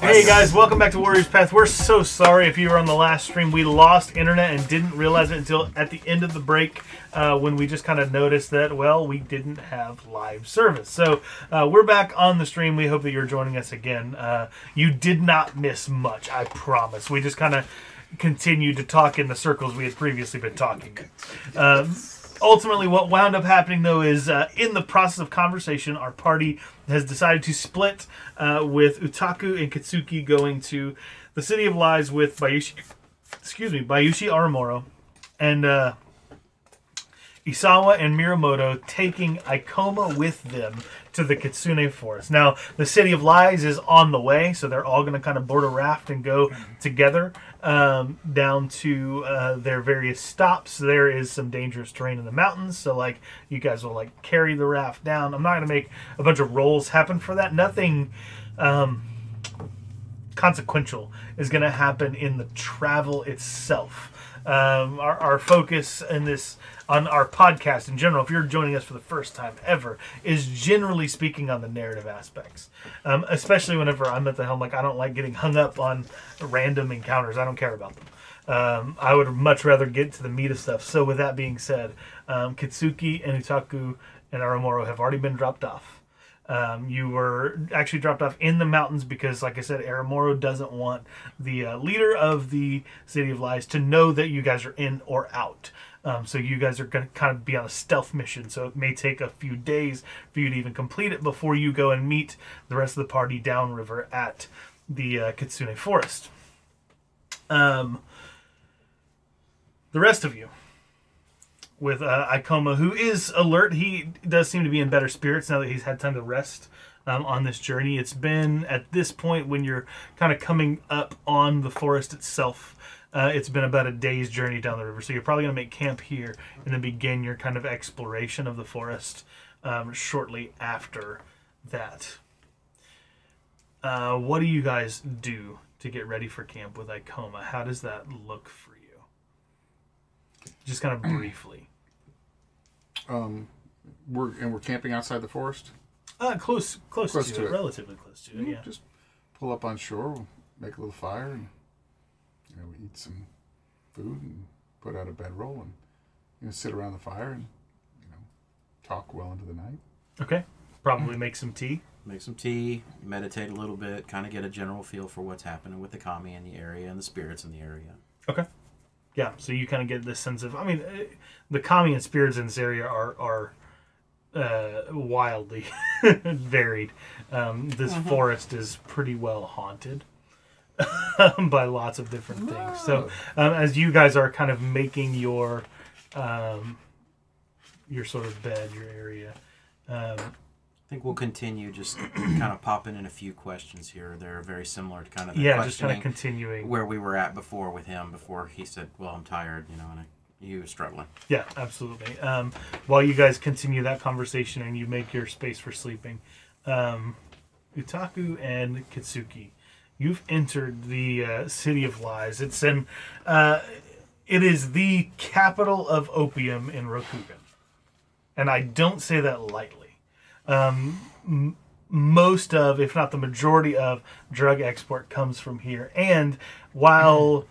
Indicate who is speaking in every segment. Speaker 1: Hey guys, welcome back to Warriors Path. We're so sorry if you were on the last stream. We lost internet and didn't realize it until at the end of the break uh, when we just kind of noticed that, well, we didn't have live service. So uh, we're back on the stream. We hope that you're joining us again. Uh, you did not miss much, I promise. We just kind of continued to talk in the circles we had previously been talking. Uh, ultimately, what wound up happening though is uh, in the process of conversation, our party has decided to split, uh, with Utaku and Katsuki going to the City of Lies with Bayushi. Excuse me, Bayushi Aramoro, and uh, Isawa and Miramoto taking Ikoma with them to the Kitsune Forest. Now, the City of Lies is on the way, so they're all going to kind of board a raft and go together um, down to uh, their various stops. There is some dangerous terrain in the mountains, so like you guys will like carry the raft down. I'm not going to make a bunch of rolls happen for that. Nothing consequential is going to happen in the travel itself. Um, our, our focus in this on our podcast in general, if you're joining us for the first time ever, is generally speaking on the narrative aspects. Um, especially whenever I'm at the helm, like I don't like getting hung up on random encounters. I don't care about them. Um, I would much rather get to the meat of stuff. So with that being said, um, Kitsuki and Utaku and Aramoro have already been dropped off. Um, you were actually dropped off in the mountains because, like I said, Aramoro doesn't want the uh, leader of the City of Lies to know that you guys are in or out. Um, so you guys are going to kind of be on a stealth mission. So it may take a few days for you to even complete it before you go and meet the rest of the party downriver at the uh, Kitsune Forest. Um, the rest of you with uh, Ikoma, who is alert. He does seem to be in better spirits now that he's had time to rest um, on this journey. It's been at this point when you're kind of coming up on the forest itself. Uh, it's been about a day's journey down the river, so you're probably going to make camp here and then begin your kind of exploration of the forest um, shortly after that. Uh, what do you guys do to get ready for camp with Icoma? How does that look for you? Just kind of briefly.
Speaker 2: We're and we're camping outside the forest.
Speaker 1: Uh, close, close,
Speaker 2: Close
Speaker 1: to,
Speaker 2: to
Speaker 1: it,
Speaker 2: it.
Speaker 1: relatively close to it. Yeah.
Speaker 2: Just pull up on shore, we'll make a little fire, and you know, eat some food and put out a bedroll and you know sit around the fire and you know talk well into the night.
Speaker 1: Okay. Probably make some tea.
Speaker 3: Make some tea, meditate a little bit, kind of get a general feel for what's happening with the kami in the area and the spirits in the area.
Speaker 1: Okay. Yeah, so you kind of get this sense of, I mean, eh, the kami and spirits in this area are are uh, wildly varied. Um, this forest is pretty well haunted by lots of different things. So um, as you guys are kind of making your um, your sort of bed, your area, um,
Speaker 3: I think we'll continue just kind of popping in a few questions here. or there, very similar to kind of the
Speaker 1: yeah, just kind
Speaker 3: questioning
Speaker 1: of continuing.
Speaker 3: where we were at before with him. Before he said, "Well, I'm tired," you know, and I, he was struggling.
Speaker 1: Yeah, absolutely. Um, while you guys continue that conversation and you make your space for sleeping, um, Utaku and Kitsuki, you've entered the uh, city of lies. It's in, uh, it is the capital of opium in Rokugan, and I don't say that lightly. Um, most of, if not the majority of, drug export comes from here. And while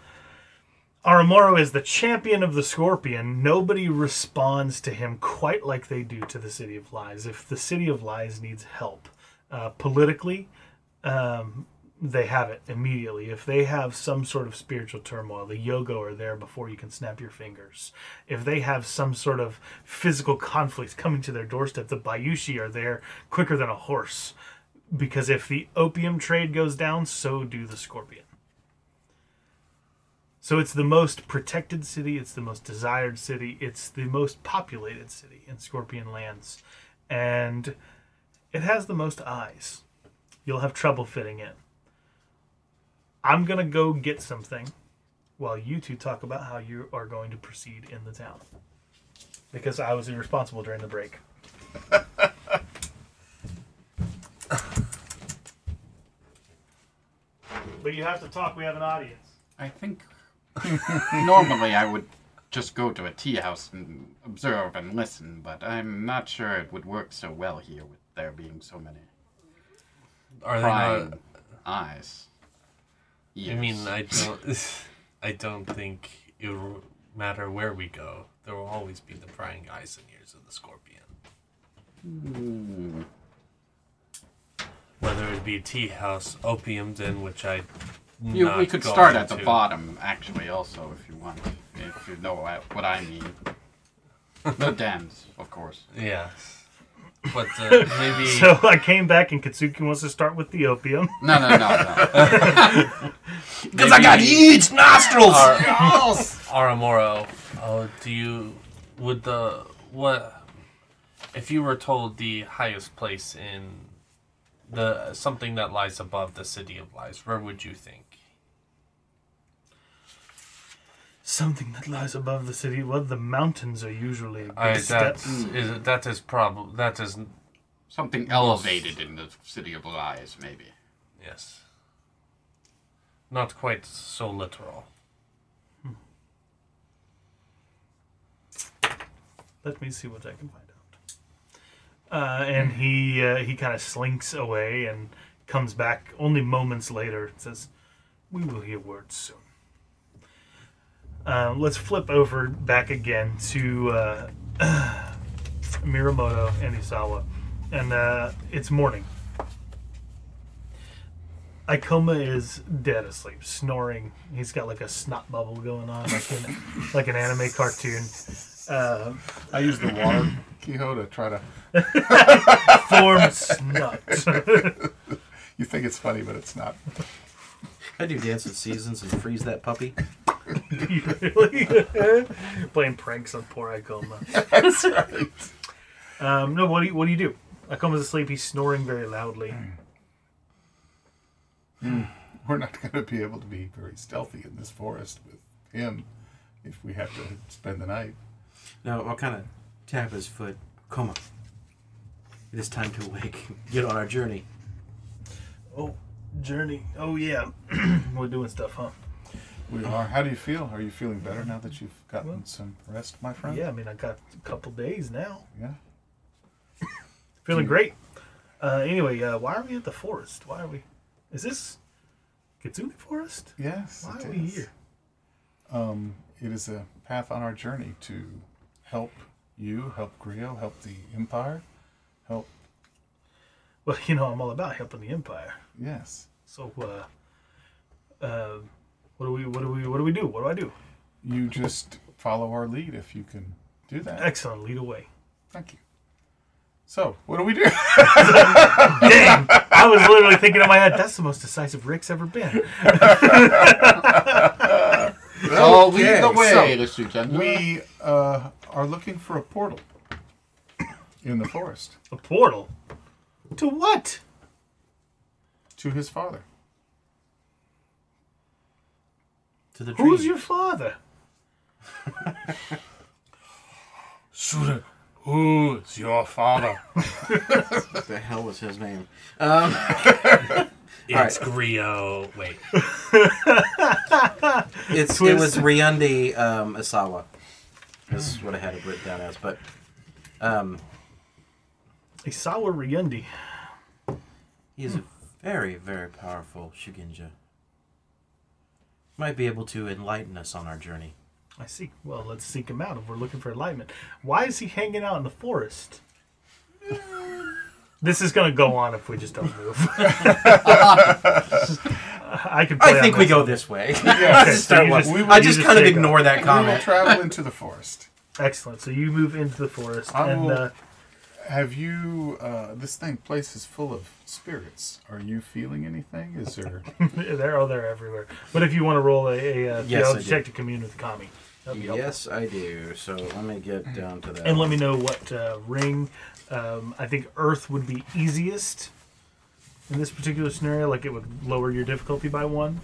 Speaker 1: Aramoro is the champion of the Scorpion, nobody responds to him quite like they do to the City of Lies. If the City of Lies needs help uh, politically, um, they have it immediately. If they have some sort of spiritual turmoil, the yoga are there before you can snap your fingers. If they have some sort of physical conflicts coming to their doorstep, the Bayushi are there quicker than a horse. Because if the opium trade goes down, so do the scorpion. So it's the most protected city, it's the most desired city, it's the most populated city in Scorpion Lands. And it has the most eyes. You'll have trouble fitting in. I'm gonna go get something while you two talk about how you are going to proceed in the town. Because I was irresponsible during the break. but you have to talk, we have an audience.
Speaker 4: I think normally I would just go to a tea house and observe and listen, but I'm not sure it would work so well here with there being so many
Speaker 5: Are they
Speaker 4: prying
Speaker 5: not?
Speaker 4: eyes. Yes.
Speaker 5: I mean, I don't. I don't think it will matter where we go. There will always be the prying eyes and ears of the scorpion.
Speaker 4: Hmm.
Speaker 5: Whether it be tea house, opium den, which I.
Speaker 4: you, we
Speaker 5: not
Speaker 4: could
Speaker 5: going
Speaker 4: start at the
Speaker 5: to-
Speaker 4: bottom, actually, also, if you want, if you know what what I mean. the dams, of course.
Speaker 5: Yeah. But uh, maybe.
Speaker 1: So I came back, and Katsuki wants to start with the opium.
Speaker 4: No, no, no, no.
Speaker 3: Because I got
Speaker 5: Maybe-
Speaker 3: huge nostrils.
Speaker 5: Aramoro, oh, do you would the what if you were told the highest place in the something that lies above the city of lies, where would you think?
Speaker 1: Something that lies above the city. Well, the mountains are usually a good
Speaker 5: I,
Speaker 1: step.
Speaker 5: that's is that mm. is problem that is
Speaker 4: Something elevated in the city of lies, maybe.
Speaker 5: yes, not quite so literal.
Speaker 1: Let me see what I can find out. Uh, and he uh, he kind of slinks away and comes back only moments later. and Says, "We will hear words soon." Uh, let's flip over back again to uh, Miramoto and Isawa, and uh, it's morning. Ikoma is dead asleep, snoring. He's got like a snot bubble going on, like, in, like an anime cartoon. Uh,
Speaker 2: I use the water keyhole to try to.
Speaker 1: form snut.
Speaker 2: You think it's funny, but it's not.
Speaker 3: I do dance with seasons and freeze that puppy.
Speaker 1: Playing pranks on poor Icoma. That's right. Um, no, what do you what do you do? Icoma's asleep. He's snoring very loudly.
Speaker 2: We're not going to be able to be very stealthy in this forest with him if we have to spend the night.
Speaker 3: Now I'll kind of tap his foot. Come on. It is time to awake. Get on our journey.
Speaker 1: Oh, journey. Oh yeah, we're doing stuff, huh?
Speaker 2: We are. How do you feel? Are you feeling better now that you've gotten some rest, my friend?
Speaker 1: Yeah, I mean I got a couple days now.
Speaker 2: Yeah.
Speaker 1: Feeling great. Uh, anyway, uh, why are we at the forest? Why are we? Is this Kitsune Forest?
Speaker 2: Yes.
Speaker 1: Why
Speaker 2: it
Speaker 1: are we
Speaker 2: is.
Speaker 1: here?
Speaker 2: Um, it is a path on our journey to help you, help Grio, help the Empire, help.
Speaker 1: Well, you know I'm all about helping the Empire.
Speaker 2: Yes.
Speaker 1: So, uh, uh, what do we? What do we? What do we do? What do I do?
Speaker 2: You just follow our lead if you can do that.
Speaker 1: Excellent. Lead away.
Speaker 2: Thank you. So, what do we do?
Speaker 1: Dang! I was literally thinking in my head, that's the most decisive Rick's ever been.
Speaker 5: Oh,
Speaker 4: So lead the
Speaker 2: Okay,
Speaker 4: way,
Speaker 2: so
Speaker 4: this Lieutenant.
Speaker 2: We uh, are looking for a portal in the forest
Speaker 1: A portal. To what?
Speaker 2: to his father.
Speaker 3: To the dream.
Speaker 1: Who's your father?
Speaker 5: Shooter, who's your father?
Speaker 3: What the hell was his name? Um,
Speaker 5: it's Grio. Wait,
Speaker 3: it's it was Ryundi um, Asawa. This is what I had it written down as, but um,
Speaker 1: Isawa Ryundi.
Speaker 3: he is a very very powerful Shiginja. Might be able to enlighten us on our journey.
Speaker 1: I see. Well, let's seek him out if we're looking for enlightenment. Why is he hanging out in the forest? This is going to go on if we just don't move. I could. Play
Speaker 3: I think
Speaker 1: on
Speaker 3: we
Speaker 1: this
Speaker 3: go
Speaker 1: one.
Speaker 3: this way.
Speaker 2: Yeah,
Speaker 1: Okay, so you just-
Speaker 2: we
Speaker 3: I
Speaker 1: you
Speaker 3: just kind of
Speaker 1: take off.
Speaker 3: ignore that
Speaker 2: We will
Speaker 3: comment.
Speaker 2: travel into the forest.
Speaker 1: Excellent. So you move into the forest,
Speaker 2: I
Speaker 1: and
Speaker 2: will-
Speaker 1: uh,
Speaker 2: Have you? Uh, this thing place is full of spirits. Are you feeling anything? Is there?
Speaker 1: they're oh, they're everywhere. But if you want to roll a, a uh,
Speaker 3: Yes, I
Speaker 1: theology
Speaker 3: do.
Speaker 1: check to commune with Kami, that'd be helpful.
Speaker 3: Yes, I do. So let me get down to that.
Speaker 1: and let me know what uh, ring. Um, I think Earth would be easiest in this particular scenario. Like it would lower your difficulty by one.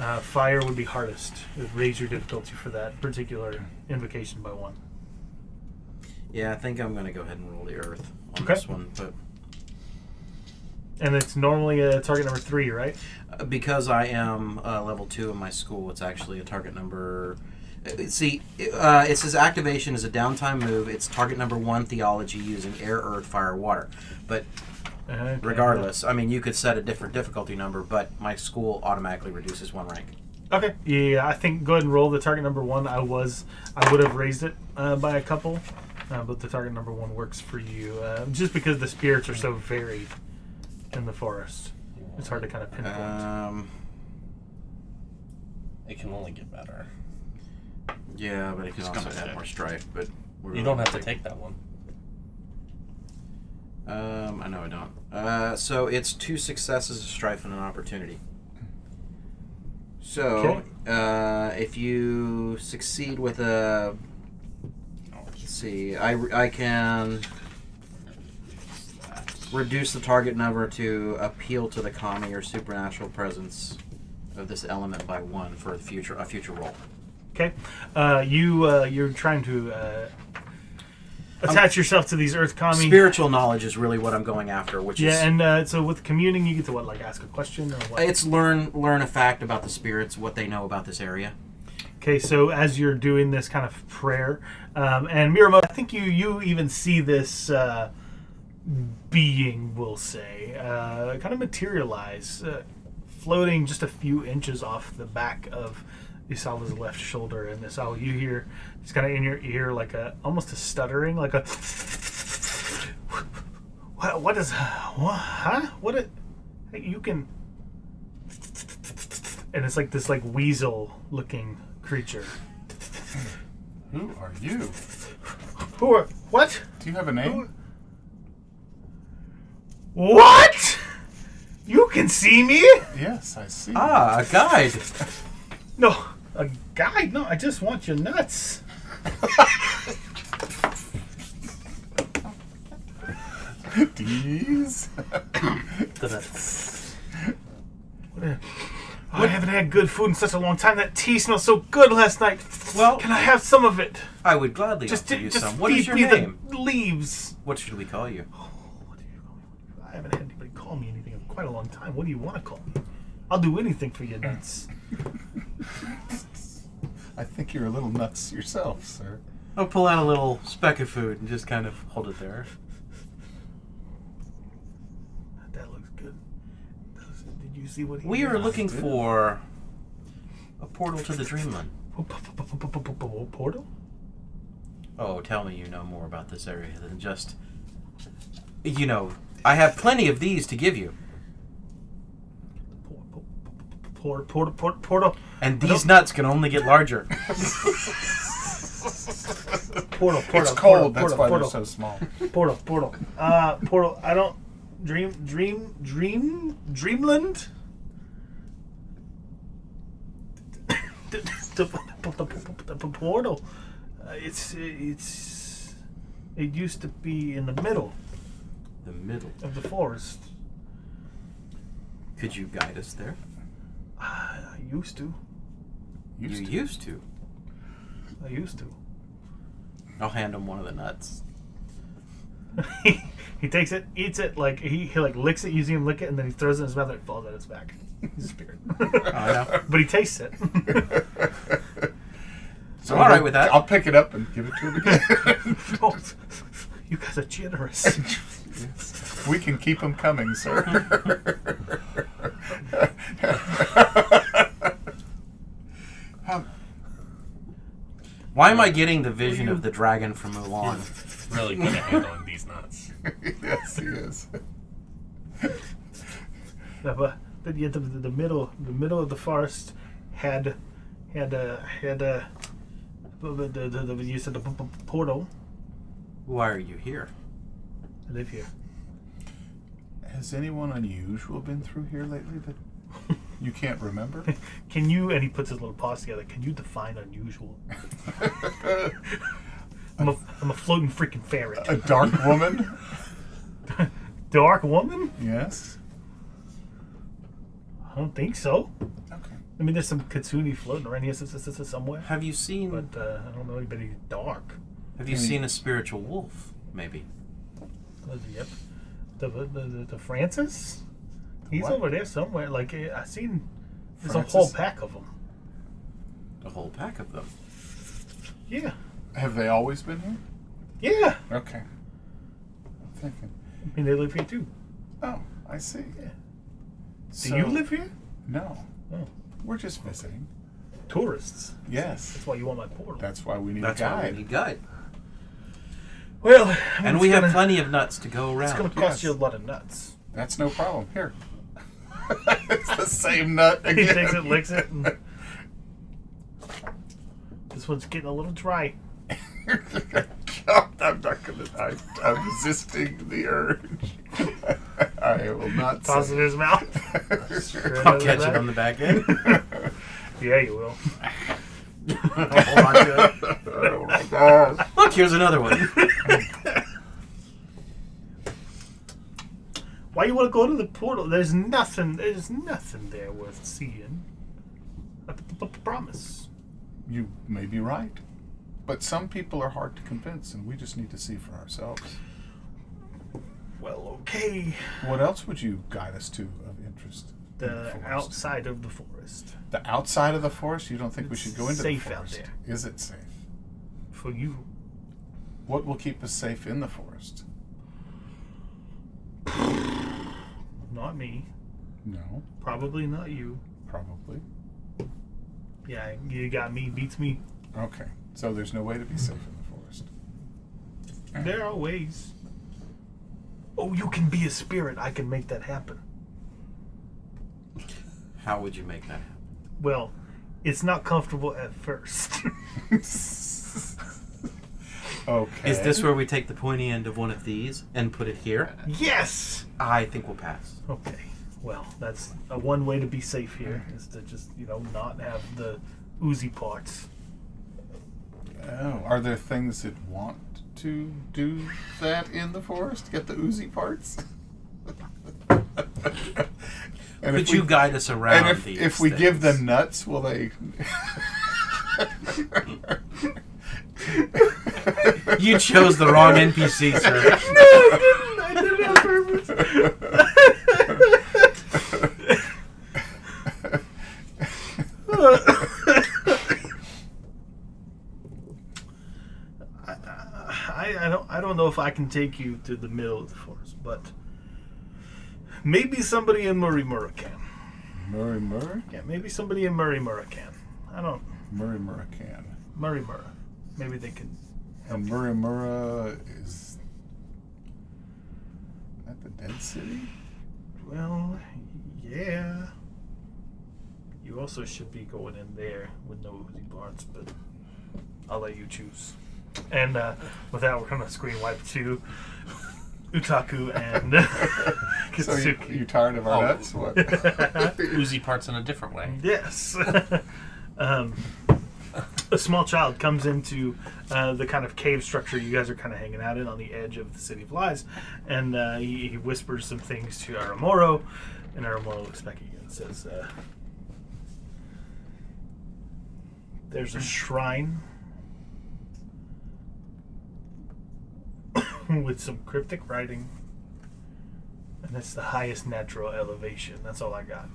Speaker 1: Uh, fire would be hardest. It would raise your difficulty for that particular invocation by one.
Speaker 3: Yeah, I think I'm gonna go ahead and roll the earth on
Speaker 1: Okay.
Speaker 3: this one, but
Speaker 1: And it's normally uh, target number three, right?
Speaker 3: uh, because I am uh, level two in my school, it's actually a target number. uh, See, uh, it says activation is a downtime move. It's target number one theology using air, earth, fire, water. But
Speaker 1: Okay.
Speaker 3: Regardless, I mean, you could set a different difficulty number, but my school automatically reduces one rank.
Speaker 1: Okay. Yeah, I think go ahead and roll the target number one. I was, I would have raised it uh, by a couple, uh, but the target number one works for you, uh, just because the spirits are so varied in the forest. It's hard to kind of pinpoint.
Speaker 3: Um,
Speaker 5: It can only get better.
Speaker 3: yeah, but it can
Speaker 4: Just
Speaker 3: also
Speaker 4: come
Speaker 3: add
Speaker 4: back.
Speaker 3: more strife. But we're
Speaker 5: You don't have to take that one.
Speaker 3: Um, I know I don't. Uh, so it's two successes, a strife, and an opportunity. So, uh, if you succeed with a, let's see, I, I can reduce the target number to appeal to the kami or supernatural presence of this element by one for a future a future roll.
Speaker 1: Okay, uh, you uh, you're trying to uh, attach yourself to these earth kami.
Speaker 3: Spiritual knowledge is really what I'm going after, which is
Speaker 1: Yeah, and uh, so with communing, you get to what like ask a question or what?
Speaker 3: it's learn learn a fact about the spirits, what they know about this area.
Speaker 1: Okay, so as you're doing this kind of prayer, um, and Miramo, I think you you even see this uh, being, we'll say, uh, kind of materialize, uh, floating just a few inches off the back of Isawa's left shoulder, and Isawa, you hear it's kind of in your ear like a almost a stuttering, like a what what is what huh what it you can and it's like this like weasel looking creature.
Speaker 2: Who are you?
Speaker 1: Who are what?
Speaker 2: Do you have a name?
Speaker 1: What? You can see me?
Speaker 2: Yes, I see.
Speaker 3: Ah, a guide.
Speaker 1: No, a guide. No, I just want your nuts.
Speaker 2: These.
Speaker 1: I haven't had good food in such a long time. That tea smelled so good last night.
Speaker 3: Well-
Speaker 1: can I have some of it?
Speaker 3: I would gladly
Speaker 1: Just,
Speaker 3: offer you
Speaker 1: just
Speaker 3: some.
Speaker 1: feed
Speaker 3: What is your
Speaker 1: me
Speaker 3: name?
Speaker 1: the leaves.
Speaker 3: What should we call you?
Speaker 1: I haven't had anybody call me anything in quite a long time. What do you want to call me? I'll do anything for your nuts.
Speaker 2: I think you're a little nuts yourself, sir.
Speaker 3: I'll pull out a little speck of food and just kind of hold it there.
Speaker 1: that looks good. That looks- Did you see what he
Speaker 3: We
Speaker 1: did?
Speaker 3: are looking for a portal to the Dreamland.
Speaker 1: Portal?
Speaker 3: Oh, tell me you know more about this area than just. You know, I have plenty of these to give you,
Speaker 1: Portal, portal, portal, portal,
Speaker 3: and these nuts can only get larger.
Speaker 1: portal, portal.
Speaker 2: It's cold.
Speaker 1: portal,
Speaker 2: that's why
Speaker 1: portal,
Speaker 2: they're so small.
Speaker 1: portal, portal. Uh, portal. I don't dream, dream, dream, dreamland. The- the- the- the- the portal. Uh, it's it's. It used to be in the middle
Speaker 3: the middle.
Speaker 1: of the forest.
Speaker 3: Could you guide us there?
Speaker 1: I used to.
Speaker 3: you
Speaker 2: Used to.
Speaker 3: used to.
Speaker 1: I used to.
Speaker 3: I'll hand him one of the nuts.
Speaker 1: he, he takes it, eats it, like he, he like licks it, you see him lick it, and then he throws it in his mouth and it falls out his back. He's a spirit.
Speaker 3: Oh, yeah.
Speaker 1: but he tastes it.
Speaker 2: So
Speaker 3: I'm all right with that.
Speaker 2: I'll pick it up and give it to him again.
Speaker 1: Oh, you guys are generous.
Speaker 2: we can keep him coming, sir. um,
Speaker 3: Why am I getting the vision of the dragon from Mulan?
Speaker 5: Really good at handling these nuts.
Speaker 2: yes, he is.
Speaker 1: the, but the, yeah, the, the middle the middle of the forest had had a had a the, the, the, the, you said the p- p- portal.
Speaker 3: Why are you here?
Speaker 1: I live here.
Speaker 2: Has anyone unusual been through here lately that you can't remember?
Speaker 1: Can you? And he puts his little paws together. Can you define unusual? I'm a, I'm a floating freaking ferret.
Speaker 2: A dark woman?
Speaker 1: Dark woman?
Speaker 2: Yes.
Speaker 1: I don't think so.
Speaker 2: Okay.
Speaker 1: I mean, there's some Katsuni floating around here s- s- s- somewhere,
Speaker 3: Have you seen
Speaker 1: but uh, I don't know anybody dark.
Speaker 3: Have you seen a spiritual wolf? Maybe.
Speaker 1: Uh, Yep. The, the, the, the Francis? He's
Speaker 2: what?
Speaker 1: over there somewhere. Like, eh, I seen there's a whole
Speaker 2: Francis?
Speaker 1: pack of them.
Speaker 3: A whole pack of them.
Speaker 1: Yeah.
Speaker 2: Have they always been here?
Speaker 1: Yeah.
Speaker 2: Okay. I'm thinking.
Speaker 1: I mean, they live here too.
Speaker 2: Oh, I see.
Speaker 1: Do you live here?
Speaker 2: No.
Speaker 1: Oh.
Speaker 2: We're just visiting.
Speaker 1: Tourists.
Speaker 2: Yes.
Speaker 1: That's why you want my portal.
Speaker 2: That's why we need
Speaker 3: That's
Speaker 2: a guide.
Speaker 3: why we need guide.
Speaker 1: Well, I mean,
Speaker 3: And
Speaker 1: it's
Speaker 3: we have
Speaker 1: gonna-
Speaker 3: plenty of nuts to go
Speaker 1: It's going
Speaker 3: around.
Speaker 1: to cost
Speaker 2: Yes.
Speaker 1: you a lot of nuts.
Speaker 2: That's no problem. Here. it's the same nut
Speaker 1: He
Speaker 2: again.
Speaker 1: takes it, licks it. And... this one's getting a little dry.
Speaker 2: I'm not gonna. I, I'm resisting the urge. I will not.
Speaker 1: Toss it in his mouth.
Speaker 2: say-
Speaker 1: Sure,
Speaker 3: I'll
Speaker 1: another
Speaker 3: catch it
Speaker 1: bag.
Speaker 3: on the back end.
Speaker 1: Yeah, you will.
Speaker 3: Hold on to it.
Speaker 2: oh my gosh.
Speaker 3: Look, here's another one.
Speaker 1: Why you want to go to the portal? There's nothing. There's nothing there worth seeing. I p- p- promise.
Speaker 2: You may be right, but some people are hard to convince, and we just need to see for ourselves.
Speaker 1: Well, okay.
Speaker 2: What else would you guide us to of interest? in
Speaker 1: The
Speaker 2: forest?
Speaker 1: outside of the forest
Speaker 2: The outside of the forest. You don't think we
Speaker 1: It's
Speaker 2: should go into
Speaker 1: safe
Speaker 2: the
Speaker 1: out
Speaker 2: forest?
Speaker 1: there.
Speaker 2: Is it safe?
Speaker 1: for you.
Speaker 2: What will keep us safe in the forest?
Speaker 1: Not me.
Speaker 2: No,
Speaker 1: Probably not you.
Speaker 2: probably.
Speaker 1: Yeah, you got me. Beats me.
Speaker 2: Okay, so there's no way to be safe in the forest.
Speaker 1: There are ways. Oh, you can be a spirit. I can make that happen.
Speaker 3: How would you make that happen?
Speaker 1: Well, it's not comfortable at first.
Speaker 2: okay.
Speaker 3: Is this where we take the pointy end of one of these and put it here?
Speaker 1: yes.
Speaker 3: I think we'll pass.
Speaker 1: Okay. Well, that's uh one way to be safe here is to just you know not have the oozy parts.
Speaker 2: Oh, are there things that want to do that in the forest? Get the oozy parts? and
Speaker 3: Could
Speaker 2: if
Speaker 3: you
Speaker 2: we,
Speaker 3: guide us around
Speaker 2: and if,
Speaker 3: these?
Speaker 2: if we
Speaker 3: things?
Speaker 2: give them nuts, will they?
Speaker 3: You chose the wrong NPC, sir.
Speaker 1: I didn't. I did it on purpose. I, I don't I don't know if I can take you to the middle of the forest, but maybe somebody in Murray Murray can.
Speaker 2: Murray Murray?
Speaker 1: Yeah, maybe somebody in Murray Murray can. I don't
Speaker 2: Murray Murray can.
Speaker 1: Murray Murray. Maybe they can.
Speaker 2: And Murimura is that the dead city?
Speaker 1: Well, yeah. You also should be going in there with no Uzi Barnes, but I'll let you choose. And uh, with that, we're gonna screen wipe to Utaku and
Speaker 2: So you,
Speaker 1: Kitsuki.
Speaker 2: you tired of our
Speaker 5: Oh.
Speaker 2: nuts? What?
Speaker 5: Uzi parts in a different way.
Speaker 1: Yes. um, a small child comes into uh, the kind of cave structure you guys are kind of hanging out in on the edge of the City of Lies, and uh, he, he whispers some things to Aramoro, and Aramoro looks back at you and says, uh, There's a shrine with some cryptic writing, and that's the highest natural elevation. That's all I got.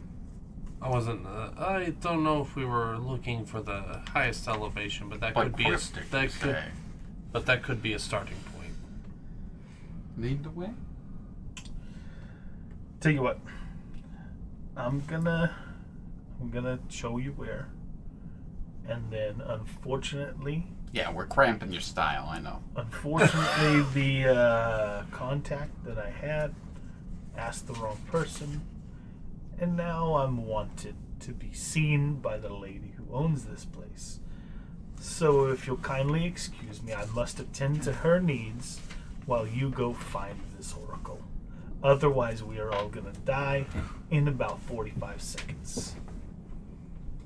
Speaker 5: I wasn't. Uh, I don't know if we were looking for the highest elevation, but that
Speaker 4: But
Speaker 5: could be a,
Speaker 4: cryptic,
Speaker 5: that
Speaker 4: you
Speaker 5: could,
Speaker 4: say.
Speaker 5: but that could be a starting point.
Speaker 4: Lead the way?
Speaker 1: Tell you what. I'm gonna I'm gonna show you where. And then unfortunately
Speaker 4: Yeah, we're cramping your style, I know.
Speaker 1: unfortunately the uh, contact that I had asked the wrong person. And now I'm wanted to be seen by the lady who owns this place. So if you'll kindly excuse me, I must attend to her needs while you go find this oracle. Otherwise, we are all gonna die in about 45 seconds.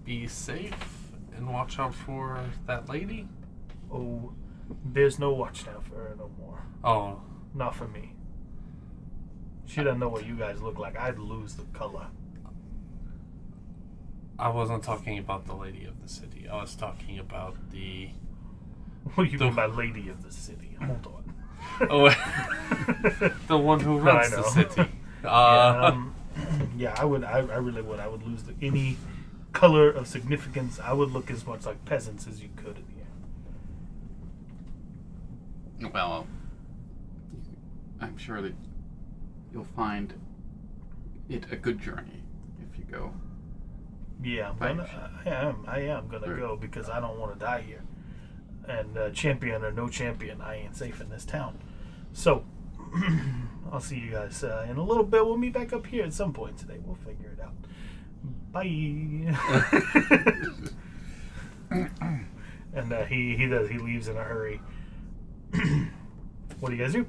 Speaker 5: Be safe and watch out for that lady.
Speaker 1: Oh, there's no watch now for her no more.
Speaker 5: Oh,
Speaker 1: Not for me. She doesn't know what you guys look like. I'd lose the color.
Speaker 5: I wasn't talking about the lady of the city. I was talking about the.
Speaker 1: What do you
Speaker 5: The-
Speaker 1: mean by lady of the city? Hold on.
Speaker 5: Oh, the one who
Speaker 1: No, I
Speaker 5: runs the
Speaker 1: know.
Speaker 5: city. Uh,
Speaker 1: Yeah, um, yeah, I would. I, I really would. I would lose the, any color of significance. I would look as much like peasants as you could in the end.
Speaker 4: Well, I'm sure that you'll find it a good journey if you go.
Speaker 1: Yeah, I'm gonna, I am. I am gonna
Speaker 4: Right.
Speaker 1: go because I don't want to die here. And uh, champion or no champion, I ain't safe in this town. So I'll see you guys uh, in a little bit. We'll meet back up here at some point today. We'll figure it out. Bye. and uh, he he does. He leaves in a hurry. what do you guys do?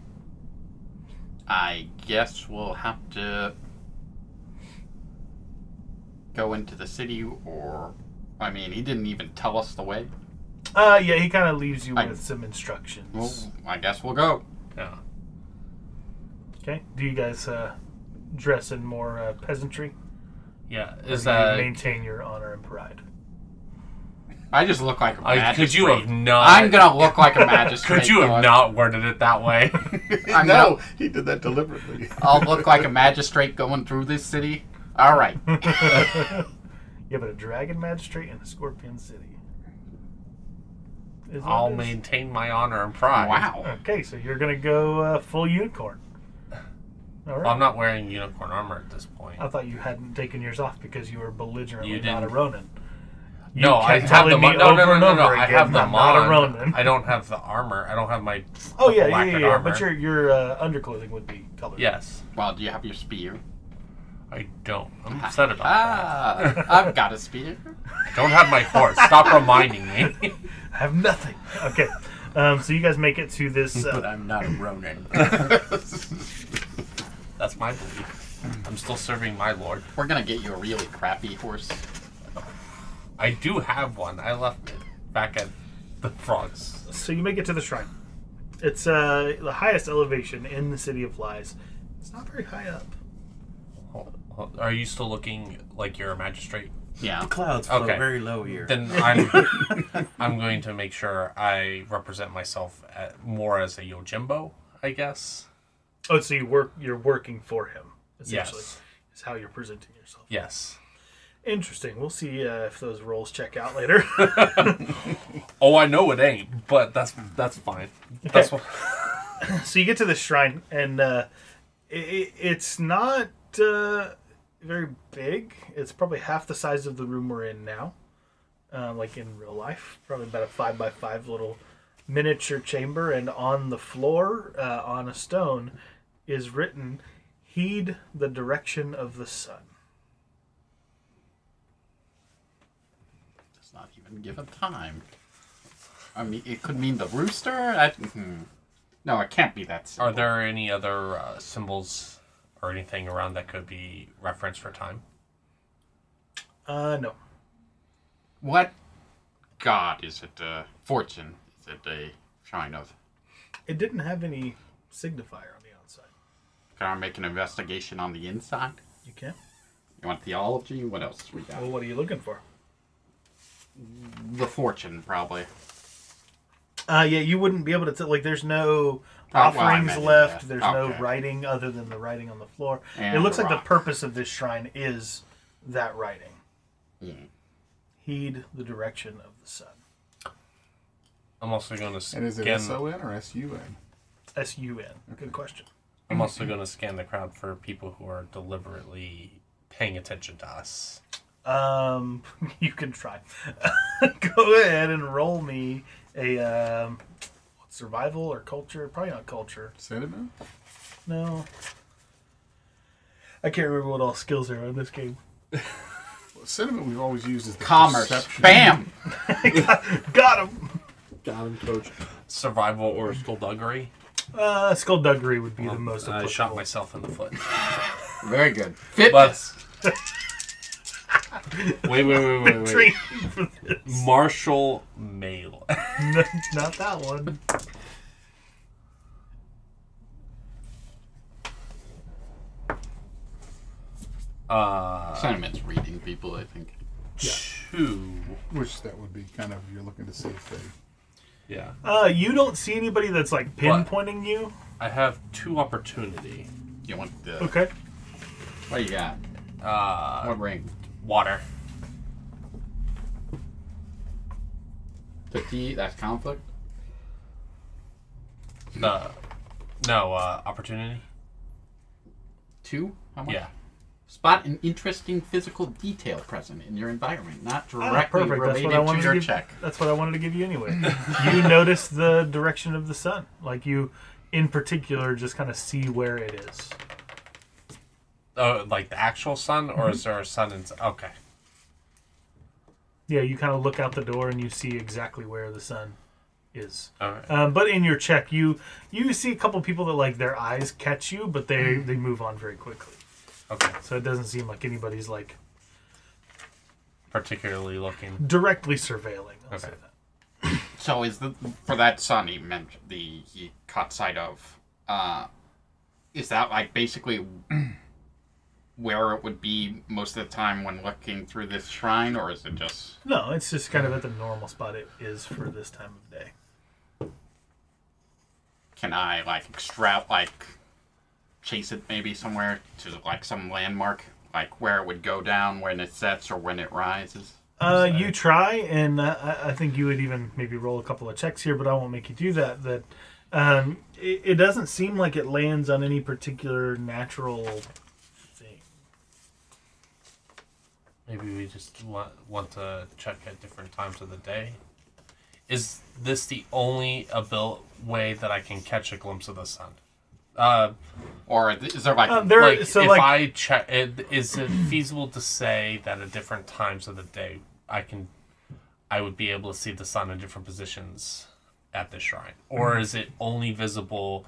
Speaker 4: I guess we'll have to go into the city, or I mean, he didn't even tell us the way.
Speaker 1: Uh, yeah, he kind of leaves you
Speaker 4: I-
Speaker 1: with some instructions.
Speaker 4: Well, I guess we'll go.
Speaker 5: Yeah.
Speaker 1: Okay. Do you guys uh, dress in more uh, peasantry?
Speaker 5: Yeah. Is uh,
Speaker 1: Or do you
Speaker 5: that
Speaker 1: maintain your honor and pride?
Speaker 4: I just look like a
Speaker 5: I,
Speaker 4: magistrate.
Speaker 5: could you have not?
Speaker 4: I'm gonna look like a magistrate.
Speaker 5: Could you have
Speaker 4: though.
Speaker 5: not worded it that way?
Speaker 4: I'm
Speaker 2: no,
Speaker 4: not-
Speaker 2: he did that deliberately.
Speaker 4: I'll look like a magistrate going through this city. All right.
Speaker 1: Yeah, but a dragon magistrate in a scorpion city. Is what
Speaker 5: I'll
Speaker 1: it is.
Speaker 5: maintain my honor and pride.
Speaker 4: Wow.
Speaker 1: Okay, so you're gonna go uh, full unicorn. All right.
Speaker 5: I'm not wearing unicorn armor at this point.
Speaker 1: I thought you hadn't taken yours off because you were belligerently
Speaker 5: You
Speaker 1: not a
Speaker 5: didn't.
Speaker 1: Ronin. You
Speaker 5: no, I
Speaker 1: kept
Speaker 5: have the
Speaker 1: telling
Speaker 5: mon-
Speaker 1: me
Speaker 5: no, no,
Speaker 1: over
Speaker 5: no,
Speaker 1: and
Speaker 5: no, no.
Speaker 1: over
Speaker 5: I
Speaker 1: again,
Speaker 5: have the
Speaker 1: I'm not a Ronin.
Speaker 5: mon. I don't have the armor. I don't have my.
Speaker 1: Oh yeah, yeah,
Speaker 5: black
Speaker 1: yeah,
Speaker 5: and
Speaker 1: yeah.
Speaker 5: armor.
Speaker 1: But your your uh, underclothing would be colored.
Speaker 5: Yes,
Speaker 4: Well, do you have your spear?
Speaker 5: I don't. I'm upset about
Speaker 4: Ah, I've got a spear.
Speaker 5: that. Don't have my horse. Stop reminding me.
Speaker 1: I have nothing. Okay, um, so you guys make it to this.
Speaker 3: But
Speaker 1: Uh,
Speaker 3: I'm not a Ronin.
Speaker 5: That's my belief. I'm still serving my lord.
Speaker 4: We're gonna get you a really crappy horse.
Speaker 5: I do have one. I left it back at the frogs.
Speaker 1: so you make it to the shrine. It's uh, the highest elevation in the city of lies. It's not very high up.
Speaker 5: Are you still looking like you're a magistrate?
Speaker 4: Yeah.
Speaker 3: Clouds flow
Speaker 5: Okay.
Speaker 3: very low here.
Speaker 5: Then I'm I'm going to make sure I represent myself at, more as a Yojimbo, I guess.
Speaker 1: Oh, so you work you're working for him essentially
Speaker 5: Yes.
Speaker 1: is how you're presenting yourself.
Speaker 5: Yes.
Speaker 1: Interesting. We'll see uh, if those roles check out later.
Speaker 5: Oh, I know it ain't, but that's that's fine. That's what,
Speaker 1: so you get to the shrine and uh, i i- it's not uh, very big. It's probably half the size of the room we're in now, uh, like in real life. Probably about a five by five little miniature chamber, and on the floor uh, on a stone is written, "Heed the direction of the sun."
Speaker 4: Does not even give a time. I mean, it could mean the rooster. I, hmm. No, it can't be that. Simple.
Speaker 5: are there any other uh, symbols or anything around that could be reference for time?
Speaker 1: Uh, no.
Speaker 4: What god is it? A fortune? Is it a shrine of?
Speaker 1: It didn't have any signifier on the outside.
Speaker 4: Can I make an investigation on the inside?
Speaker 1: You can.
Speaker 4: You want theology? What else we got?
Speaker 1: Well, what are you looking for?
Speaker 4: The fortune, probably.
Speaker 1: Uh, yeah, you wouldn't be able to tell. Like, there's no
Speaker 4: Oh, well, I
Speaker 1: offerings
Speaker 4: meant,
Speaker 1: left.
Speaker 4: yeah.
Speaker 1: There's no
Speaker 4: Okay.
Speaker 1: writing other than the writing on the floor.
Speaker 4: And
Speaker 1: it looks
Speaker 4: the
Speaker 1: like the
Speaker 4: rock.
Speaker 1: purpose of this shrine is that writing.
Speaker 4: Hmm.
Speaker 1: Heed the direction of the sun.
Speaker 5: I'm also going to scan.
Speaker 2: and is it S O E. N or S U N?
Speaker 1: S U N. Good question.
Speaker 5: I'm also going to scan the crowd for people who are deliberately paying attention to us.
Speaker 1: Um, you can try. Go ahead and roll me a um, survival or culture. Probably not culture.
Speaker 2: Cinnamon?
Speaker 1: No. I can't remember what all skills are in this game.
Speaker 2: Well, cinnamon we've always used as the
Speaker 4: Commerce.
Speaker 2: perception.
Speaker 4: Bam.
Speaker 1: Got him.
Speaker 3: Got him, coach.
Speaker 5: Survival or skullduggery?
Speaker 1: Uh, skullduggery would be the most
Speaker 5: I
Speaker 1: applicable.
Speaker 5: shot myself in the foot.
Speaker 4: Very good.
Speaker 5: But
Speaker 4: Fitness.
Speaker 5: wait, wait, wait, wait, wait. Martial male.
Speaker 1: No, Not that one.
Speaker 5: Uh,
Speaker 4: Sentiment's reading people, I think.
Speaker 5: two.
Speaker 2: Which that would be kind of you're looking to see if they
Speaker 5: Yeah.
Speaker 1: Uh, you don't see anybody that's like pinpointing you.
Speaker 5: I have two opportunity.
Speaker 4: You want the
Speaker 1: Okay.
Speaker 4: what you got?
Speaker 5: Uh,
Speaker 4: What ring?
Speaker 5: water.
Speaker 4: Fifty. That's conflict.
Speaker 5: The no uh, opportunity.
Speaker 4: Two. How much?
Speaker 5: Yeah.
Speaker 4: Spot an interesting physical detail present in your environment, not
Speaker 1: Ah,
Speaker 4: directly
Speaker 1: perfect. That's
Speaker 4: related
Speaker 1: what I
Speaker 4: to
Speaker 1: wanted
Speaker 4: your
Speaker 1: to give,
Speaker 4: check.
Speaker 1: That's what I wanted to give you anyway. you notice the direction of the sun, like you, in particular, just kind of see where it is.
Speaker 5: Oh, like the actual sun, or is there a sun in? Okay.
Speaker 1: Yeah, you kind of look out the door and you see exactly where the sun is.
Speaker 5: All right.
Speaker 1: Um, but in your check, you you see a couple people that like their eyes catch you, but they they move on very quickly.
Speaker 5: Okay.
Speaker 1: So it doesn't seem like anybody's like
Speaker 5: Particularly looking.
Speaker 1: directly surveilling. I'll say
Speaker 5: Okay.
Speaker 1: that.
Speaker 4: So is the for that son he mentioned the he caught sight of? Uh, is that like basically where it would be most of the time when looking through this shrine, or is it just
Speaker 1: No, it's just kind of at the normal spot it is for this time of day.
Speaker 4: can I like extract like chase it maybe somewhere to like some landmark, like where it would go down when it sets or when it rises?
Speaker 1: Uh, you try, and uh, I- I think you would even maybe roll a couple of checks here, but I won't make you do that. That um, it, it doesn't seem like it lands on any particular natural thing.
Speaker 5: Maybe we just want want to check at different times of the day. Is this the only abil- way that I can catch a glimpse of the sun? Uh,
Speaker 4: Or th- is there like
Speaker 1: Uh, there,
Speaker 5: like,
Speaker 1: so
Speaker 5: if
Speaker 1: like
Speaker 5: I check, it, is it feasible to say that at different times of the day, I can, I would be able to see the sun in different positions at the shrine, or
Speaker 1: Mm-hmm.
Speaker 5: is it only visible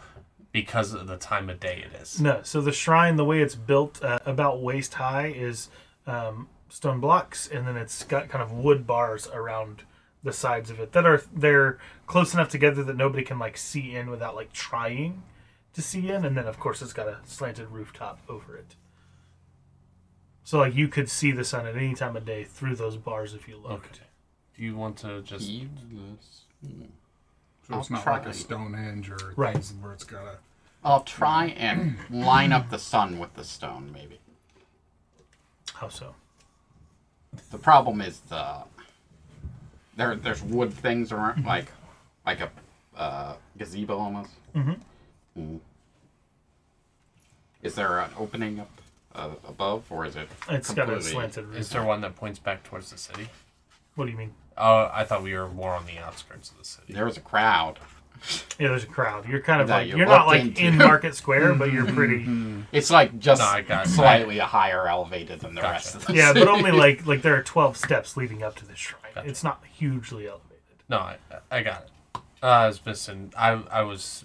Speaker 5: because of the time of day it is?
Speaker 1: no, so the shrine, the way it's built, uh, about waist high, is um, stone blocks, and then it's got kind of wood bars around the sides of it that are they're close enough together that nobody can like see in without like trying to see in, and then of course it's got a slanted rooftop over it. So like you could see the sun at any time of day through those bars if you looked.
Speaker 5: Okay. Do you want to just?
Speaker 2: So it's
Speaker 4: I'll
Speaker 2: not like
Speaker 4: try.
Speaker 2: a Stonehenge or
Speaker 1: Right.
Speaker 2: things where it's got a.
Speaker 4: I'll try and line up the sun with the stone maybe.
Speaker 1: How so?
Speaker 4: The problem is the there there's wood things
Speaker 1: Mm-hmm.
Speaker 4: around like like a uh, gazebo almost. Mm-hmm. Is there an opening up uh, above, or is it?
Speaker 1: It's got a
Speaker 4: completely-
Speaker 1: slanted roof.
Speaker 5: Is there one that points back towards the city?
Speaker 1: What do you mean?
Speaker 5: Oh, I thought we were more on the outskirts of the city.
Speaker 4: There was a crowd.
Speaker 1: Yeah, there's a crowd. You're kind of
Speaker 4: That
Speaker 1: like
Speaker 4: you
Speaker 1: you're not
Speaker 4: walked
Speaker 1: like
Speaker 4: into. Mm-hmm.
Speaker 1: in Market Square, but you're pretty.
Speaker 4: It's like just
Speaker 5: No, I got it.
Speaker 4: slightly a higher elevated than the
Speaker 5: Gotcha.
Speaker 4: rest of the
Speaker 1: Yeah,
Speaker 4: city.
Speaker 1: but only like like there are twelve steps leading up to this shrine.
Speaker 5: Gotcha.
Speaker 1: It's not hugely elevated.
Speaker 5: No, I, I got it. Uh, I was missing. I I was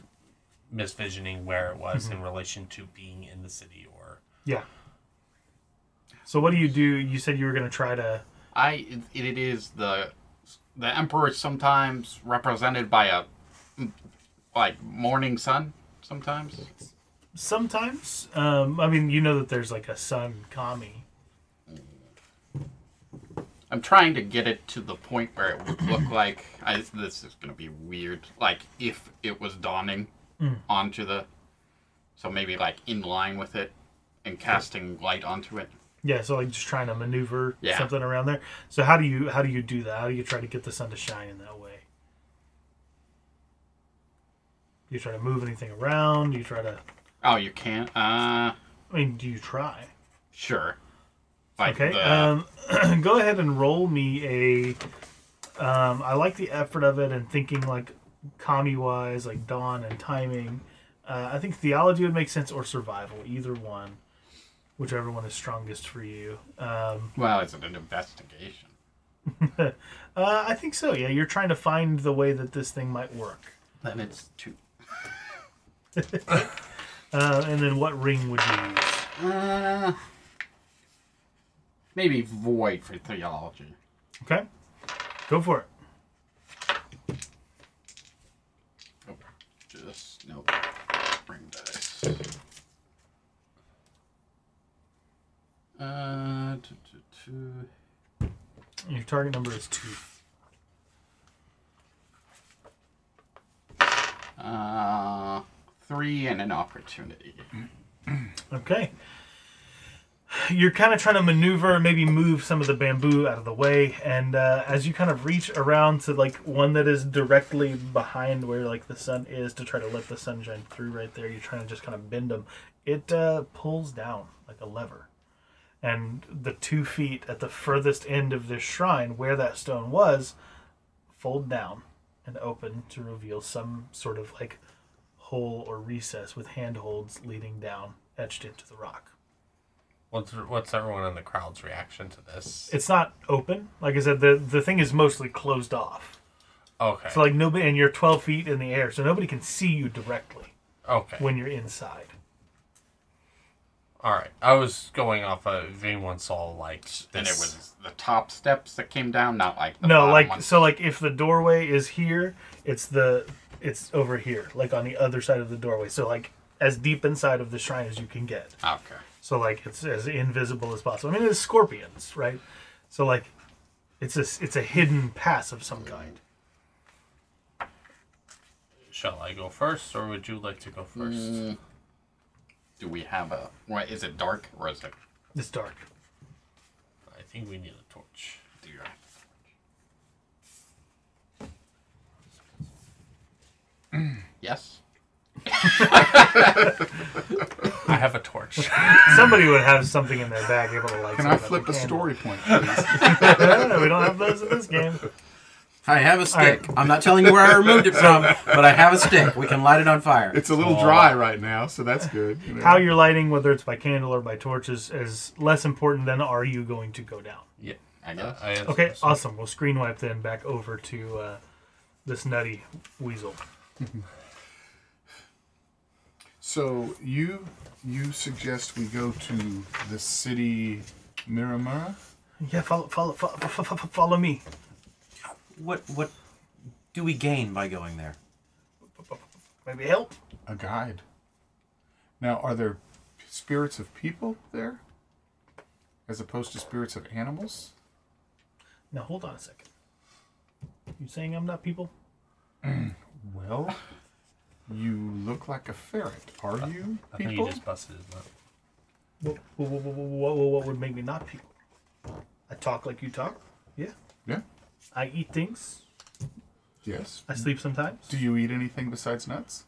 Speaker 5: misvisioning where it
Speaker 1: Mm-hmm.
Speaker 5: was in relation to being in the city or
Speaker 1: Yeah. So what do you do? You said you were gonna try to.
Speaker 4: I it, it is the the emperor is sometimes represented by a like morning sun sometimes.
Speaker 1: Sometimes, um, I mean, you know that there's like a sun kami.
Speaker 4: I'm trying to get it to the point where it would look like I, this is going to be weird. Like if it was dawning
Speaker 1: Hmm.
Speaker 4: onto the, so maybe like in line with it, and casting light onto it.
Speaker 1: Yeah, so like just trying to maneuver
Speaker 4: Yeah.
Speaker 1: something around there. So how do you how do you do that? How do you try to get the sun to shine in that way? You try to move anything around? You try to.
Speaker 4: Oh, you can't.
Speaker 1: I
Speaker 4: Uh,
Speaker 1: mean, do you try?
Speaker 4: sure. Like
Speaker 1: Okay.
Speaker 4: the-
Speaker 1: Um, go ahead and roll me a. Um, I like the effort of it and thinking like commie wise, like dawn and timing. Uh, I think theology would make sense or survival, either one, whichever one is strongest for you. Um,
Speaker 4: well, it's an investigation.
Speaker 1: uh, I think so. Yeah, you're trying to find the way that this thing might work.
Speaker 4: Then it's two.
Speaker 1: Uh, and then what ring would you use?
Speaker 4: Uh, maybe void for theology.
Speaker 1: Okay, go for it.
Speaker 4: Oh, Just no. Bring dice. Uh, two, two, two.
Speaker 1: Your target number is two.
Speaker 4: Uh, three and an opportunity.
Speaker 1: Okay. You're kind of trying to maneuver, maybe move some of the bamboo out of the way, and uh, as you kind of reach around to like one that is directly behind where like the sun is to try to let the sun shine through right there, you're trying to just kind of bend them. It uh, pulls down like a lever, and the two feet at the furthest end of this shrine where that stone was fold down and open to reveal some sort of like hole or recess with handholds leading down etched into the rock.
Speaker 5: What's what's everyone in the crowd's reaction to this?
Speaker 1: It's not open. Like I said, the, the thing is mostly closed off.
Speaker 5: Okay.
Speaker 1: So like nobody and you're twelve feet in the air, so nobody can see you directly
Speaker 5: okay.
Speaker 1: when you're inside.
Speaker 5: All right. I was going off of if anyone saw like this.
Speaker 4: And it was the top steps that came down, not like the
Speaker 1: No,
Speaker 4: bottom
Speaker 1: like
Speaker 4: ones.
Speaker 1: so like if the doorway is here, it's the it's over here, like on the other side of the doorway. So like as deep inside of the shrine as you can get.
Speaker 4: Okay.
Speaker 1: So like it's as invisible as possible. I mean it's scorpions, right? So like it's a it's a hidden pass of some kind.
Speaker 5: Shall I go first, or would you like to go first?
Speaker 4: Mm. Do we have a? What is it? Dark or is it?
Speaker 1: It's dark.
Speaker 5: I think we need a torch.
Speaker 4: Do you yes.
Speaker 5: I have a torch.
Speaker 1: Somebody would have something in their bag able to light.
Speaker 2: Can
Speaker 1: something
Speaker 2: I
Speaker 1: up
Speaker 2: flip a
Speaker 1: with candles.
Speaker 2: story point, please?
Speaker 1: no, no, we don't have those in this game.
Speaker 3: I have a stick. I'm not telling you where I removed it from, but I have a stick. We can light it on fire.
Speaker 2: It's a little dry right now, so that's good. you know.
Speaker 1: How you're lighting, whether it's by candle or by torch, is, is less important than are you going to go down.
Speaker 5: yeah.
Speaker 4: I guess.
Speaker 5: I have
Speaker 1: Okay,
Speaker 5: some-
Speaker 1: awesome. We'll screen wipe then back over to uh, this nutty weasel.
Speaker 2: So you you suggest we go to the city Miramura?
Speaker 1: Yeah, follow, follow, follow, follow, follow me.
Speaker 3: What what do we gain by going there?
Speaker 1: Maybe help.
Speaker 2: A guide. Now, are there spirits of people there, as opposed to spirits of animals?
Speaker 1: Now hold on a second. You saying I'm not people?
Speaker 2: Well, you look like a ferret. Are you
Speaker 5: I think
Speaker 2: people?
Speaker 5: you just busted it up.
Speaker 1: What, what, what, what, what would make me not people? I talk like you talk. Yeah.
Speaker 2: Yeah.
Speaker 1: I eat things.
Speaker 2: Yes.
Speaker 1: I sleep sometimes.
Speaker 2: Do you eat anything besides nuts?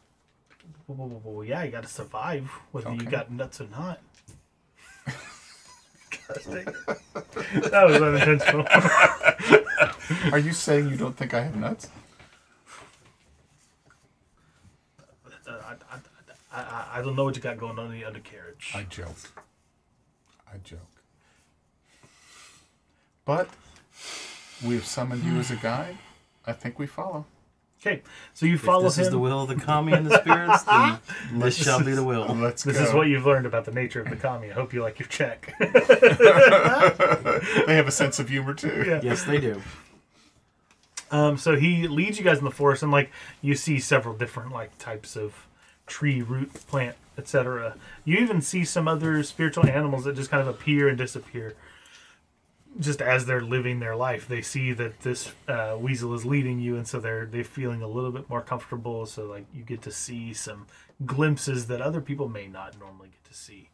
Speaker 1: Well, well, well, well, yeah, you got to survive whether
Speaker 2: Okay.
Speaker 1: you got nuts or not. Gosh dang it. that was unintentional.
Speaker 2: Are you saying you don't think I have nuts?
Speaker 1: I, I, I, I don't know what you got going on in the undercarriage.
Speaker 2: I joke. I joke. But we've summoned you as a guide. I think we follow.
Speaker 1: Okay, so you
Speaker 3: If
Speaker 1: follow
Speaker 3: this
Speaker 1: him.
Speaker 3: is the will of the kami and the spirits, then this shall be the will.
Speaker 2: Let's
Speaker 1: this
Speaker 2: go.
Speaker 1: is what you've learned about the nature of the kami. I hope you like your check.
Speaker 2: they have a sense of humor too.
Speaker 1: Yeah.
Speaker 3: Yes, they do.
Speaker 1: Um, so he leads you guys in the forest, and like you see several different like types of tree, root, plant, etc. You even see some other spiritual animals that just kind of appear and disappear. Just as they're living their life, they see that this uh, weasel is leading you, and so they're they're feeling a little bit more comfortable. So like you get to see some glimpses that other people may not normally get to see.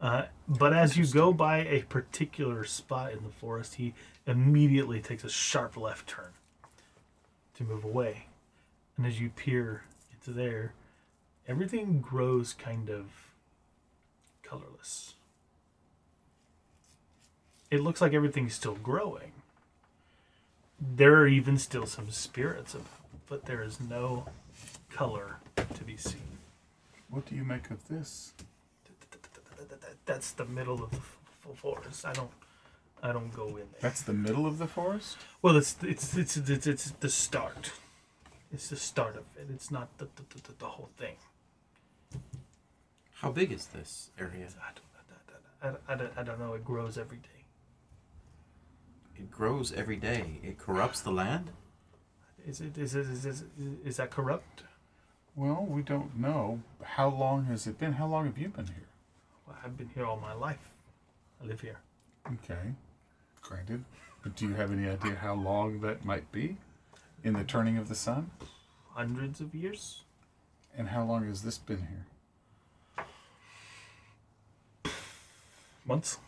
Speaker 1: Uh, but as you go by a particular spot in the forest, he immediately takes a sharp left turn to move away. And as you peer into there, everything grows kind of colorless. It looks like everything's still growing. There are even still some spirits about, but there is no color to be seen.
Speaker 2: What do you make of this?
Speaker 1: That's the middle of the f- f- forest. I don't, I don't go in there.
Speaker 2: That's the middle of the forest?
Speaker 1: Well, it's it's it's it's, it's the start. It's the start of it. It's not the the, the, the whole thing.
Speaker 3: How big is this area?
Speaker 1: I don't, I, don't- I, don't, I don't know. It grows every day.
Speaker 3: It grows every day. It corrupts the land.
Speaker 1: Is it is it is, is, is that corrupt?
Speaker 2: Well, we don't know. How long has it been? How long have you been here?
Speaker 1: Well, I've been here all my life. I live here.
Speaker 2: Okay. Granted. But do you have any idea how long that might be? In the turning of the sun?
Speaker 1: Hundreds of years.
Speaker 2: And how long has this been here?
Speaker 1: Months.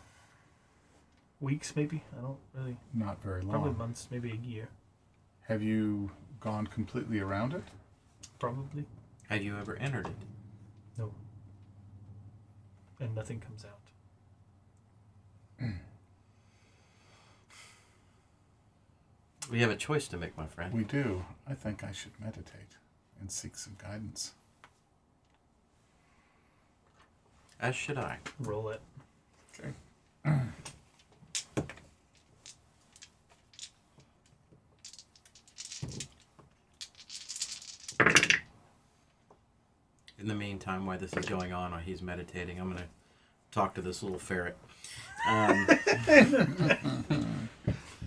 Speaker 1: Weeks, maybe. I don't really.
Speaker 2: Not very long.
Speaker 1: Probably months. Maybe a year.
Speaker 2: Have you gone completely around it?
Speaker 1: Probably.
Speaker 3: Have you ever entered it?
Speaker 1: No. And nothing comes out.
Speaker 3: We have a choice to make, my friend.
Speaker 2: We do. I think I should meditate and seek some guidance.
Speaker 3: As should I.
Speaker 1: Roll it.
Speaker 2: Okay.
Speaker 3: In the meantime, while this is going on, while he's meditating, I'm gonna talk to this little ferret. Um,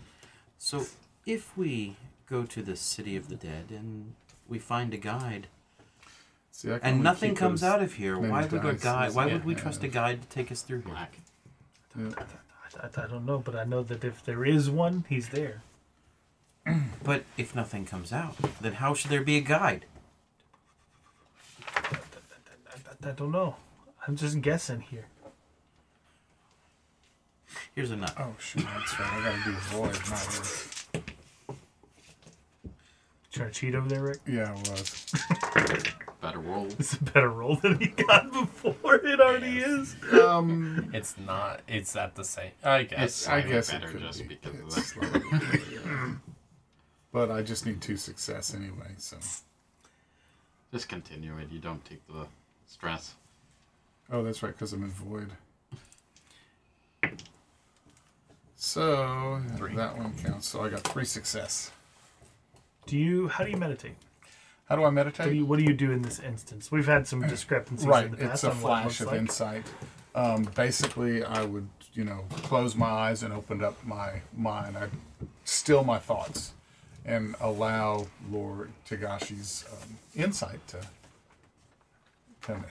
Speaker 3: so, if we go to the city of the dead and we find a guide,
Speaker 2: See, I can
Speaker 3: and
Speaker 2: only
Speaker 3: nothing
Speaker 2: keep
Speaker 3: comes
Speaker 2: those-
Speaker 3: out of here,
Speaker 2: names
Speaker 3: why would a
Speaker 2: dice,
Speaker 3: guide?
Speaker 2: yes,
Speaker 3: Why
Speaker 2: yeah.
Speaker 3: would we trust a guide to take us through here?
Speaker 4: Black.
Speaker 2: Yeah.
Speaker 1: I, I, I don't know, but I know that if there is one, he's there.
Speaker 3: But if nothing comes out, then how should there be a guide?
Speaker 1: I, I don't know. I'm just guessing here.
Speaker 3: Here's a nut.
Speaker 2: Oh shoot! That's right. I gotta do void, not earth.
Speaker 1: Trying to cheat over there, Rick?
Speaker 2: Yeah, it was.
Speaker 4: Better roll.
Speaker 1: It's a better roll than he got before. It already is.
Speaker 2: Um,
Speaker 5: It's not. It's at the same. I guess.
Speaker 4: It's-
Speaker 2: I
Speaker 4: Slightly
Speaker 2: guess it
Speaker 4: better
Speaker 2: could
Speaker 4: just
Speaker 2: be.
Speaker 4: because of
Speaker 2: It's
Speaker 4: that.
Speaker 2: slightly- but I just need two success anyway. So,
Speaker 4: Just continue it. You don't take the stress.
Speaker 2: oh, that's right, because I'm in void. So that one counts. So I got three success.
Speaker 1: Do you? How do you meditate?
Speaker 2: How do I
Speaker 1: What do
Speaker 2: meditate?
Speaker 1: you, what do you do in this instance? We've had some discrepancies
Speaker 2: right,
Speaker 1: in the
Speaker 2: it's
Speaker 1: past
Speaker 2: a
Speaker 1: on what it
Speaker 2: flash
Speaker 1: looks
Speaker 2: of
Speaker 1: like.
Speaker 2: insight. Um, basically, I would you know close my eyes and opened up my mind. I still my thoughts and allow Lord Tagashi's um, insight to come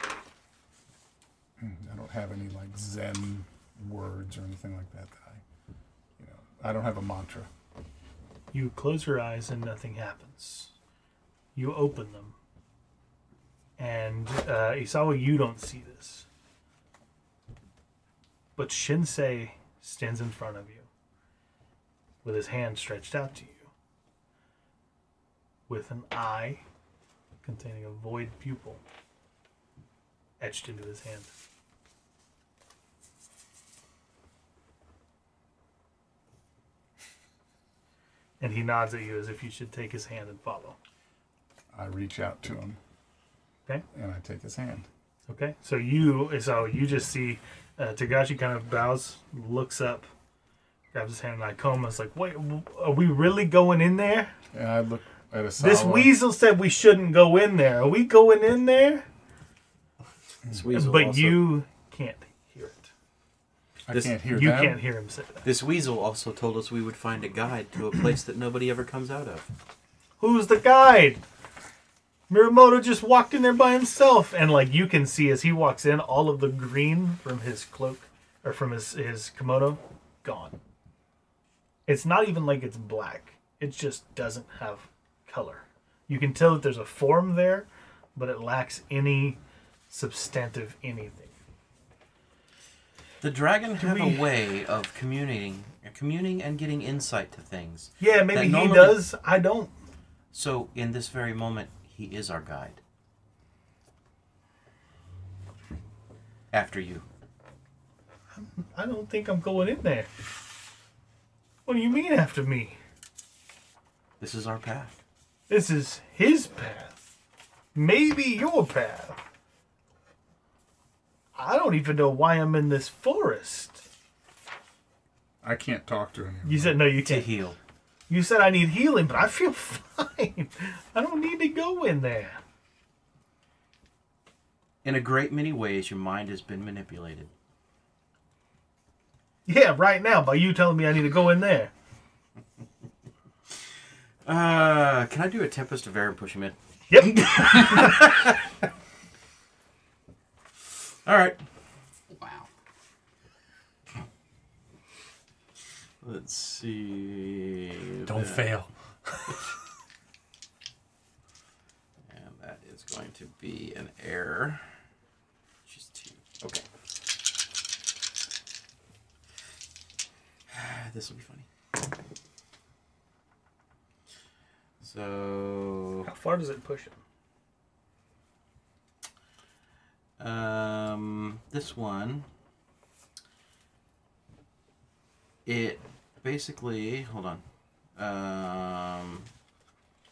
Speaker 2: in. Hmm, I don't have any like Zen words or anything like that. That I, you know, I don't have a mantra.
Speaker 1: You close your eyes and nothing happens. You open them, and uh, Isawa, you don't see this, but Shinsei stands in front of you, with his hand stretched out to you, with an eye containing a void pupil etched into his hand. And he nods at you as if you should take his hand and follow.
Speaker 2: I reach out to him
Speaker 1: Okay.
Speaker 2: and I take his hand.
Speaker 1: Okay, so you so you just see uh, Tagashi kind of bows, looks up, grabs his hand, and Ikoma's like, "Wait, w- are we really going in there?
Speaker 2: And I look at Asawa.
Speaker 1: This weasel said we shouldn't go in there. Are we going in there?"
Speaker 3: This weasel
Speaker 1: but
Speaker 3: also-
Speaker 1: you can't hear it.
Speaker 2: I
Speaker 3: this-
Speaker 2: can't hear
Speaker 1: you
Speaker 2: them.
Speaker 1: can't hear him say that.
Speaker 3: This weasel also told us we would find a guide to a place that nobody ever comes out of.
Speaker 1: Who's the guide? Miramoto just walked in there by himself, and like you can see as he walks in, all of the green from his cloak or from his his kimono gone. It's not even like it's black; it just doesn't have color. You can tell that there's a form there, but it lacks any substantive anything.
Speaker 3: The dragon have
Speaker 1: we-
Speaker 3: a way of communicating, communing and getting insight to things.
Speaker 1: Yeah, maybe
Speaker 3: That
Speaker 1: he
Speaker 3: normally-
Speaker 1: does. I don't.
Speaker 3: So in this very moment, he is our guide. After you.
Speaker 1: I don't think I'm going in there. What do you mean after me?
Speaker 3: This is our path.
Speaker 1: This is his path. Maybe your path. I don't even know why I'm in this forest.
Speaker 2: I can't talk to anyone.
Speaker 1: You said no, you
Speaker 3: To
Speaker 1: can't.
Speaker 3: heal.
Speaker 1: You said I need healing, but I feel fine. I don't need to go in there.
Speaker 3: In a great many ways, your mind has been manipulated.
Speaker 1: Yeah, right now by you telling me I need to go in there.
Speaker 3: Uh, can I do a Tempest of Air and push him in?
Speaker 1: Yep.
Speaker 3: All right.
Speaker 4: Wow.
Speaker 3: Let's see.
Speaker 5: Don't fail.
Speaker 3: And that is going to be an error. Just two. Okay. This will be funny. So,
Speaker 1: How far does it push it?
Speaker 3: um, this one It basically hold on. Um,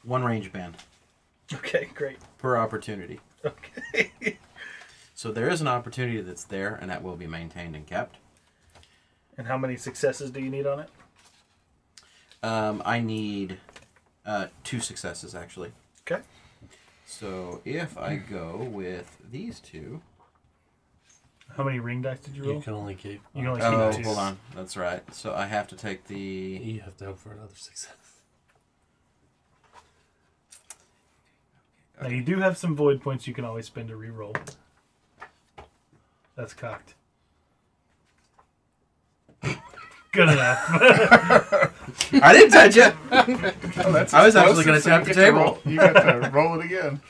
Speaker 3: one range band
Speaker 1: Okay, great.
Speaker 3: per opportunity.
Speaker 1: Okay.
Speaker 3: So there is an opportunity that's there, and that will be maintained and kept.
Speaker 1: and how many successes do you need on it?
Speaker 3: Um, I need uh, two successes actually.
Speaker 1: Okay.
Speaker 3: So if I go with these two,
Speaker 1: How many ring dice did you roll?
Speaker 5: You can only keep.
Speaker 1: You can only keep
Speaker 3: oh
Speaker 1: two.
Speaker 3: hold on, that's right. So I have to take the
Speaker 5: You have to hope for another success.
Speaker 1: Now you do have some void points you can always spend to reroll. That's cocked. Good enough.
Speaker 3: I didn't touch it.
Speaker 2: Oh, that's
Speaker 3: I was actually
Speaker 2: explosive,
Speaker 3: gonna
Speaker 2: so
Speaker 3: tap
Speaker 2: you get
Speaker 3: the
Speaker 2: to
Speaker 3: table.
Speaker 2: roll- you got to roll it again.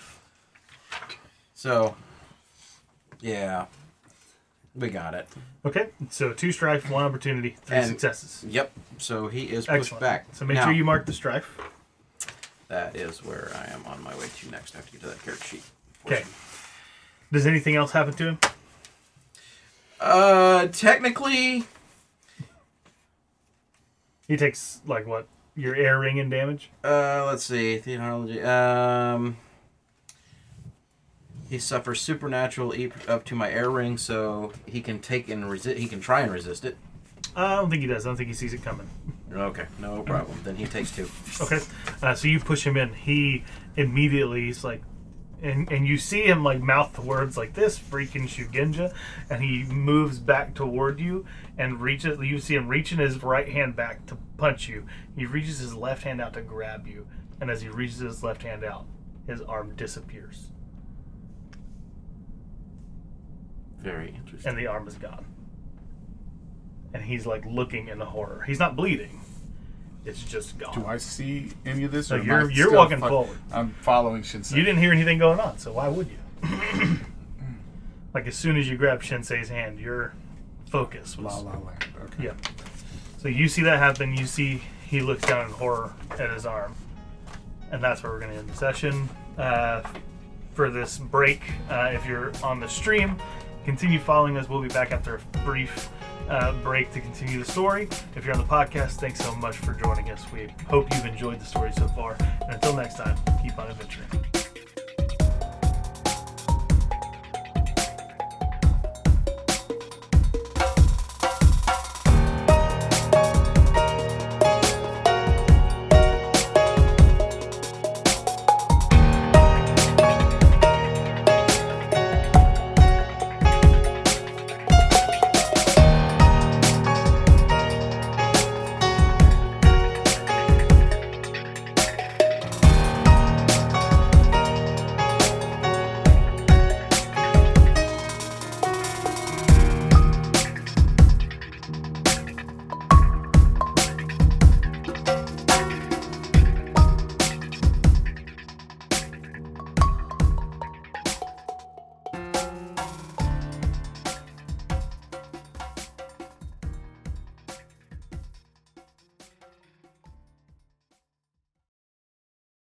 Speaker 3: So, yeah, we got it.
Speaker 1: okay, so two strife, one opportunity, three
Speaker 3: And-
Speaker 1: successes.
Speaker 3: Yep. So he is pushed
Speaker 1: Excellent.
Speaker 3: back.
Speaker 1: So make
Speaker 3: Now,
Speaker 1: sure you mark the strife.
Speaker 3: That is where I am on my way to next. I have to get to that character sheet.
Speaker 1: Okay. Does anything else happen to him?
Speaker 3: Uh, technically,
Speaker 1: He takes like what? Your air ring in damage?
Speaker 3: uh, let's see. Theology. Um, he suffers supernatural e- up to my air ring, so he can take and resist. He can try and resist it.
Speaker 1: I don't think he does. I don't think he sees it coming.
Speaker 3: Okay, no
Speaker 1: Mm-hmm.
Speaker 3: problem. Then he takes two.
Speaker 1: Okay. Uh, so you push him in. He immediately is like, and, and you see him like mouth the words like this, freaking Shugenja, and he moves back toward you and reaches. You see him reaching his right hand back to punch you. He reaches his left hand out to grab you, and as he reaches his left hand out, his arm disappears,
Speaker 3: Very interesting.
Speaker 1: and the arm is gone. And he's like looking in horror. He's not bleeding; it's just gone.
Speaker 2: Do I see any of this?
Speaker 1: So
Speaker 2: or am
Speaker 1: you're-
Speaker 2: I
Speaker 1: you're
Speaker 2: still
Speaker 1: walking
Speaker 2: fuck-
Speaker 1: forward.
Speaker 2: I'm following Shinsei.
Speaker 1: You didn't hear anything going on, so why would you? like as soon as you grab Shinsei's hand, your focus was
Speaker 2: La La Land. Okay.
Speaker 1: Yep. So you see that happen, you see he looks down in horror at his arm. And that's where we're gonna end the session. Uh, for this break, uh, if you're on the stream, continue following us. We'll be back after a brief uh, break to continue the story. If you're on the podcast, thanks so much for joining us. We hope you've enjoyed the story so far. And until next time, keep on adventuring.